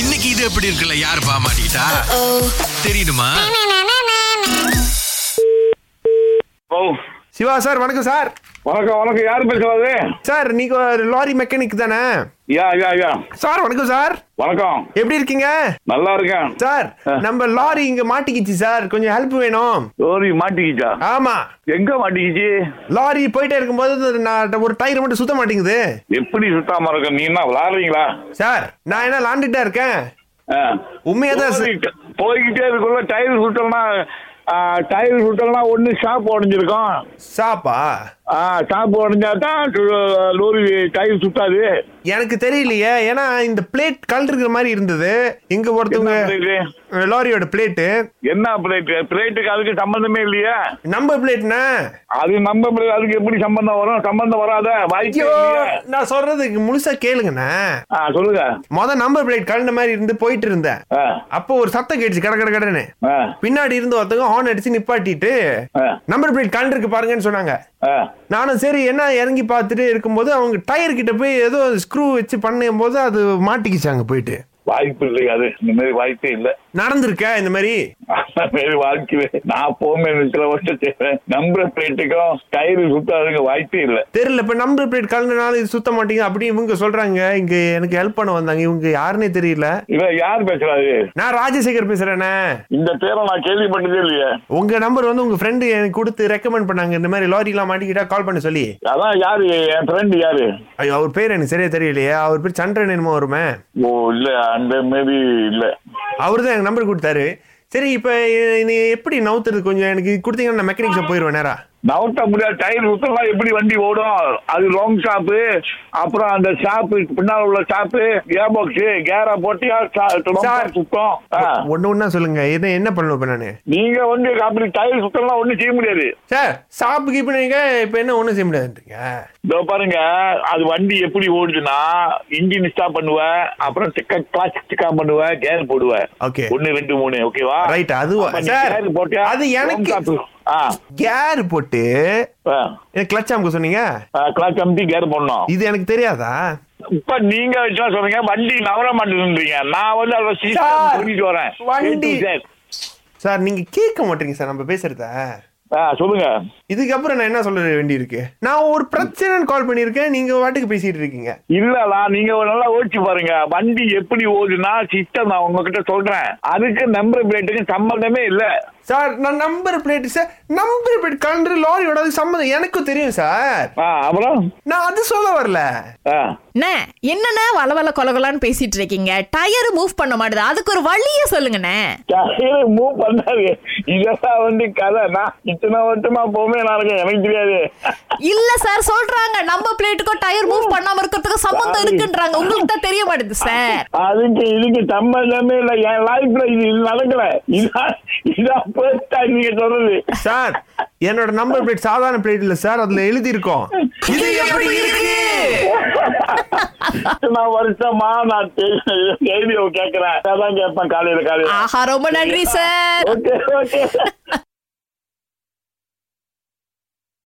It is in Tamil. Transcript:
இன்னைக்கு இது எப்படி இருக்குல்ல யார் பாமாட்டா தெரியுமா ஓ சிவா சார் வணக்கம் சார் வணக்கம் வணக்கம் யாரு பேசுறது சார் நீங்க ஒரு லாரி மெக்கானிக் தானே யா யா யா சார் வணக்கம் சார் வணக்கம் எப்படி இருக்கீங்க நல்லா இருக்கேன் சார் ஆ. நம்ம லாரி இங்க மாட்டிக்கிச்சு சார் கொஞ்சம் ஹெல்ப் வேணும் சோரி மாட்டிக்கிச்சா ஆமா எங்க மாட்டிக்கிச்சு லாரி போயிட்டே இருக்கும்போது நான் ஒரு டயர் மட்டும் சுத்த மாட்டேங்குது எப்படி சுத்தாம இருக்க நீ என்ன விளாடுறீங்களா சார் நான் என்ன லாண்டுட்டா இருக்கேன் ஆ. உண்மையாதான் சார். போயிட்டு- போய்கிட்டே இருக்குள்ள டயர் சுட்டோம்னா டயர் சுட்டோம்னா ஒண்ணு ஷாப் உடஞ்சிருக்கும் சாப்பா ஷாப் உடஞ்சாதான் லோரி டயர் சுத்தாது எனக்கு தெரியலையே ஏன்னா இந்த பிளேட் கலந்துருக்கிற மாதிரி இருந்தது இங்க என்ன ஒருத்தவங்க plate? அஹ், லாரியோட பிளேட்டு என்ன பிளேட் பிளேட்டுக்கு அதுக்கு சம்பந்தமே இல்லையா நம்ம பிளேட்னா அது நம்ம plate, அதுக்கு எப்படி சம்பந்தம் வரும் சம்பந்தம் வராத ஐயோ வாய்க்கோ நான் சொல்றதுக்கு முழுசா கேளுங்கண்ணா ஆ சொல்லுங்க மொத நம்பர் பிளேட் கலந்த மாதிரி இருந்து போயிட்டு இருந்தேன் ஆ, அப்போ ஒரு சத்தம் கேட்டுச்சு கட கட கடன்னு ஆ, பின்னாடி இருந்து ஒருத்தவங்க ஹார்ன் அடிச்சு நிப்பாட்டிட்டு ஆ, நம்பர் பிளேட் கலந்துருக்கு பாருங்கன்னு சொன்னாங்க ஆ. நானும் சரி என்ன இறங்கி பார்த்துட்டு இருக்கும்போது அவங்க டயர் கிட்ட போய் ஏதோ ஸ்க்ரூ வச்சு பண்ணும் போது அது மாட்டிக்கிச்சாங்க போயிட்டு வாய்ப்பு இல்லை அது இந்த மாதிரி வாய்ப்பே இல்ல நடந்திருக்க இந்த மாதிரி அந்த மாதிரி வாழ்க்கையே நான் போமே சில வருஷம் செய்வேன் நம்புற பிளேட்டுக்கும் டயர் சுத்தாதுங்க வாய்ப்பே இல்ல தெரியல இப்ப நம்பர் பிளேட் கலந்தனால இது சுத்த மாட்டீங்க அப்படி இவங்க சொல்றாங்க இங்க எனக்கு ஹெல்ப் பண்ண வந்தாங்க இவங்க யாருன்னே தெரியல இல்ல யார் பேசுறாரு நான் ராஜசேகர் பேசுறேனே இந்த பேரை நான் கேள்விப்பட்டதே இல்லையே உங்க நம்பர் வந்து உங்க ஃப்ரெண்டு எனக்கு கொடுத்து ரெக்கமெண்ட் பண்ணாங்க இந்த மாதிரி லாரிலாம் மாட்டிக்கிட்டா கால் பண்ண சொல்லி அதான் யாரு என் ஃப்ரெண்டு யாரு ஐயோ அவர் பேர் எனக்கு சரியா தெரியலையே அவர் பேர் சந்திரன் என்னமோ வருமே ஓ இல்ல அந்த மாதிரி இல்ல அவர் தான் எனக்கு நம்பர் கொடுத்தாரு சரி இப்போ நீ எப்படி நவுத்துறது கொஞ்சம் எனக்கு கொடுத்தீங்கன்னா நான் மெக்கானிக் ஷாப் போயிடுவேன் நேரா நவுட்ட முடியாது டயர் சுத்தலாம் எப்படி வண்டி ஓடும் அது லாங் ஷாப்பு அப்புறம் அந்த ஷாப்பு பின்னால் உள்ள ஷாப்பு கேர் பாக்ஸ் கேரா போட்டியா Sir. சுத்தம் ஆ. ஒன்று ஒன்றா சொல்லுங்க என்ன என்ன பண்ணணும் இப்போ நான் நீங்க வந்து அப்படி டயர் சுத்தம்லாம் ஒண்ணும் செய்ய முடியாது சார் ஷாப் கீப் நீங்க இப்போ என்ன ஒன்றும் செய்ய முடியாதுன்றீங்க இதோ பாருங்க அது வண்டி எப்படி ஓடுதுன்னா இன்ஜின் ஸ்டாப் பண்ணுவேன் அப்புறம் சிக்க கிளாஸ் சிக்கா பண்ணுவேன் கேர் போடுவேன் Okay. ஒன்னு ரெண்டு மூணு ஓகேவா ரைட் அது சார் கேர் போட்டியா அது எனக்கு கேர் போட்டு எனக்கு கிளச் அமுக்க சொன்னீங்க கிளாஸ் அமுத்தி கேர் பண்ணோம் இது எனக்கு தெரியாதா இப்ப நீங்க வச்சா சொல்றீங்க வண்டி நவர மாட்டேன்றீங்க நான் வந்து அதை சீக்கிரம் சார், கூட்டிட்டு வரேன் வண்டி- ஏ to Z. சார் நீங்க கேட்க மாட்டீங்க சார் நம்ம பேசுறத ஆ, சொல்லுங்க இதுக்கப்புறம் நான் என்ன சொல்ல வேண்டியிருக்கு நான் ஒரு பிரச்சனைன்னு கால் பண்ணியிருக்கேன் நீங்க வாட்டுக்கு பேசிட்டு இருக்கீங்க இல்லலா நீங்க நல்லா ஓடிச்சு பாருங்க வண்டி எப்படி ஓடுனா சிஸ்டம் நான் உங்ககிட்ட சொல்றேன் அதுக்கு நம்பர் பிளேட்டுக்கு சம்பந்தமே இல்ல சார் நான் number plate sir number plate கலந்து லாரியோட அது சம்மந்தம் எனக்கும் தெரியும் சார் ஆ, அப்புறம் நான் அது சொல்ல வரல ஆ அண்ணே, என்னண்ணே வளவள கொலகொலான்னு பேசிட்டு இருக்கீங்க டயர் மூவ் பண்ண மாட்டுது அதுக்கு ஒரு வழியை சொல்லுங்கண்ணே டயர் மூவ் பண்ணாது இதெல்லாம் வந்து கதை நான் இத்தனை வருஷமா போமே நடக்கும் எனக்கு தெரியாது இல்ல சார் சொல்றாங்க நம்ம பிளேட்டுக்கும் டயர் மூவ் பண்ணாம இருக்கிறதுக்கு சம்பந்தம் இருக்குன்றாங்க உங்களுக்கு தான் தெரிய மாட்டேது சார் அதுக்கு இதுக்கு சம்பந்தமே இல்ல என் லைஃப்ல இது இது நடக்கல இதான் இதான் first time நீங்க சொல்றது சார் என்னோட நம்பர் பிளேட் சாதாரண பிளேட் இல்ல சார் அதுல எழுதி இருக்கோம் இது எப்படி இருக்கு இத்தனை வருஷமா நான் கேள்வி கேட்கிறேன் அதான் கேட்பேன் காலையில காலையில ஆஹா ரொம்ப நன்றி சார் ஓகே ஓகே